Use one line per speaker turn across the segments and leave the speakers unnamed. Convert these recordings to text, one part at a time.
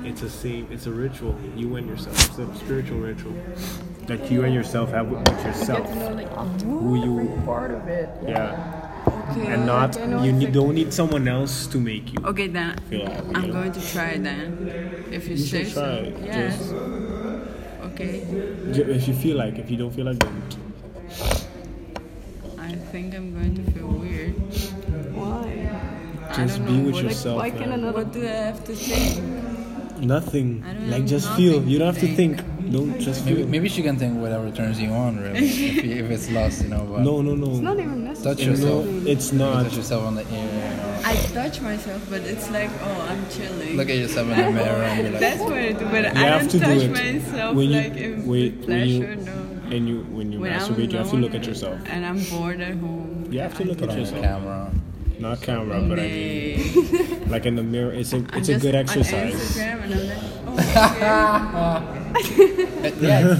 it's a see, it's a ritual. You win yourself. It's a spiritual ritual. Like you and yourself have with yourself. Who you
Part of it.
yeah.
Okay.
And not you need, don't need someone else to make you
Okay then.
feel that. way,
I'm
you know?
going to try then. If you,
You
say
should
so.
try. it.
Yeah.
Just
Okay.
ju- if you feel like, if you don't feel like, then
I think I'm going to feel weird.
Why?
just
don't
be
know,
with
what-
yourself.
Why can
man.
another?
What do I have to think?
Nothing.
I don't
Like
have
just
nothing
feel. You
to
don't have to
think.
think. Don't just
Maybe,
feel.
maybe she can think whatever turns you on, really. if, you- if it's lost, you know. But
No, no,
It's
no.
not even necessary.
Touch yourself.
No, it's
Touch
not.
yourself on the ear. You know.
I touch myself, but it's like, oh, I'm chilling.
Look at yourself in the mirror and be like,
That's what I do, but
You
I
have
don't
to
touch
do it.
myself
when you,
like in
wait, when you,
pleasure, no.
And you, when you
When I'm
masturbate, you have to look
alone
at yourself.
And I'm bored at home.
You have to look at
put on your
yourself.
camera.
Not camera, but I mean,
Nay.
like in the mirror. It's a,
I'm
it's a
just
good
on
exercise.
Instagram and I'm oh like,
Yeah,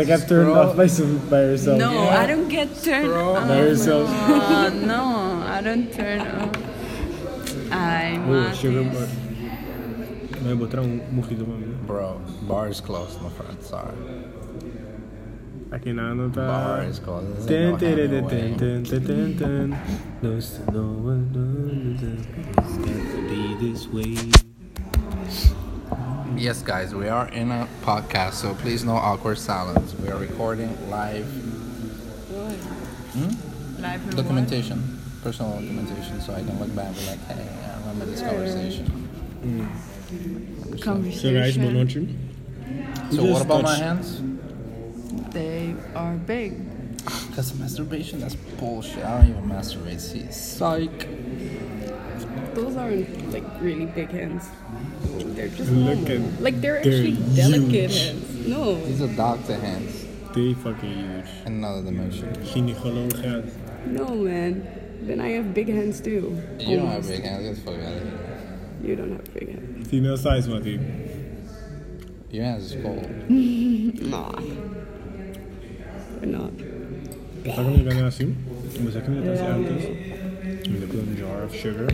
I got turned
Scroll.
off by some by
oh,
yourself.
no,
Yeah.
I don't get turned
Scroll.
on.
By yourself.
Uh, no, I don't turn on. Ai,
Oh, sugar
Matheus.
butter. Vai botar um mojito pra mim.
bro. Bar is closed, my friend. Sorry.
Aqui nada
Bar
tá.
is closed. This ain't
Ten,
no
ten,
hangout
ten, ten,
way.
ten, ten, ten, ten. No, it's no one, no, no, no. It's got to be this way.
Yes, guys, we are in a podcast, so please no awkward silence. We are recording live
Live remote.
documentation, personal documentation, so I can look back and be like, hey, I remember this conversation.
So guys, boa
Conversation.
noite. You
So what
just
about my
touched-
hands?
They are big.
Because masturbation, that's bullshit. I don't even masturbate. See, psych.
Those aren't like really big hands. They're just
Look
normal.
at-
like they're,
they're
actually
huge.
delicate hands. No,
These are doctor hands.
They fucking huge.
Another dimension.
Gynaecoloog gaat.
no man. Then I have big hands too.
You don't have
Almost.
big hands. Get the fuck out of here.
You don't have big hands.
Female size, man, die.
Your hands is cold.
Nah. They're not.
Zal ik hem er bijna zien? Moet ik hem net als aan is? Moet ik een jar of sugar?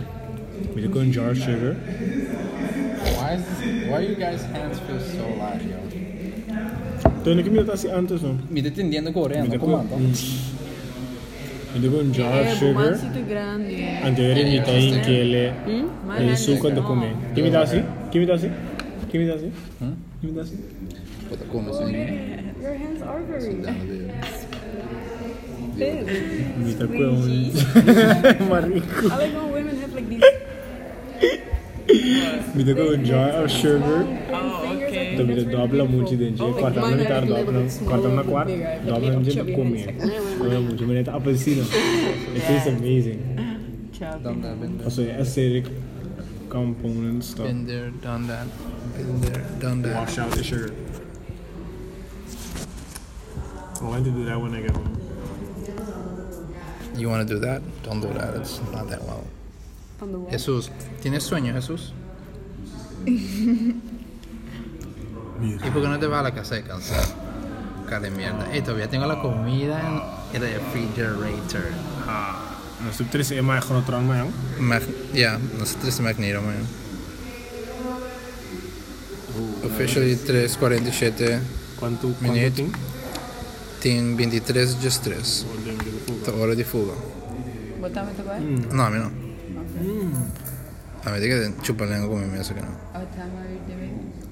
Moet ik een jar of sugar?
Why is this, Why you guys' hands feel so light, yo?
Toen ik hem net als aan is, man.
Mi te entendiendo coreano,
Moet ik
come on,
ook-
dog.
Mm. Moet ik een Mm. jar of sugar?
grande.
En de erin met een kele.
Mas
En
é
zoek aan de komen. Give me dat zie. Give me dat zie. Give me dat zie. Give me dat zie.
Put the comas in here.
Your hands are very
Down there.
thin.
Moet ik wel een- Maar ik-
I like when women have like these
Moet ik een jar of sugar?
oh, okay.
Dan moet je dubbele moet je doen. Je kwart hem daar dubbele, kwart hem naar kwart, dubbele moet je kom hier. Dan moet je maar net appelsinen. It is amazing.
Done that, been there.
Also acidic components stuff.
Been there, done that. Been there, done that.
Wash out the sugar. I wanted to do that when I get home.
You want to do that? Don't do that. It's not that loud.
on the wall.
Jesús, ¿tienes sueño, Jesús? ¿Y por qué no te vas a la casa a descansar? Cara de mierda. Hey, todavía tengo la comida en el refrigerator.
Nou, stuk 3 is in mijn grote rang, maar jong.
Mag yeah, nosotros Magneto, man. Officially 3.47,
Quanto
Minuut.
ding?
team 23, just 3.
Oh, damn, dit is goed.
Esta hora de fuga.
Botar muito bem?
No, a mí no. A mí te quedan chupar lengua con mi mesa que no.
What time are you doing?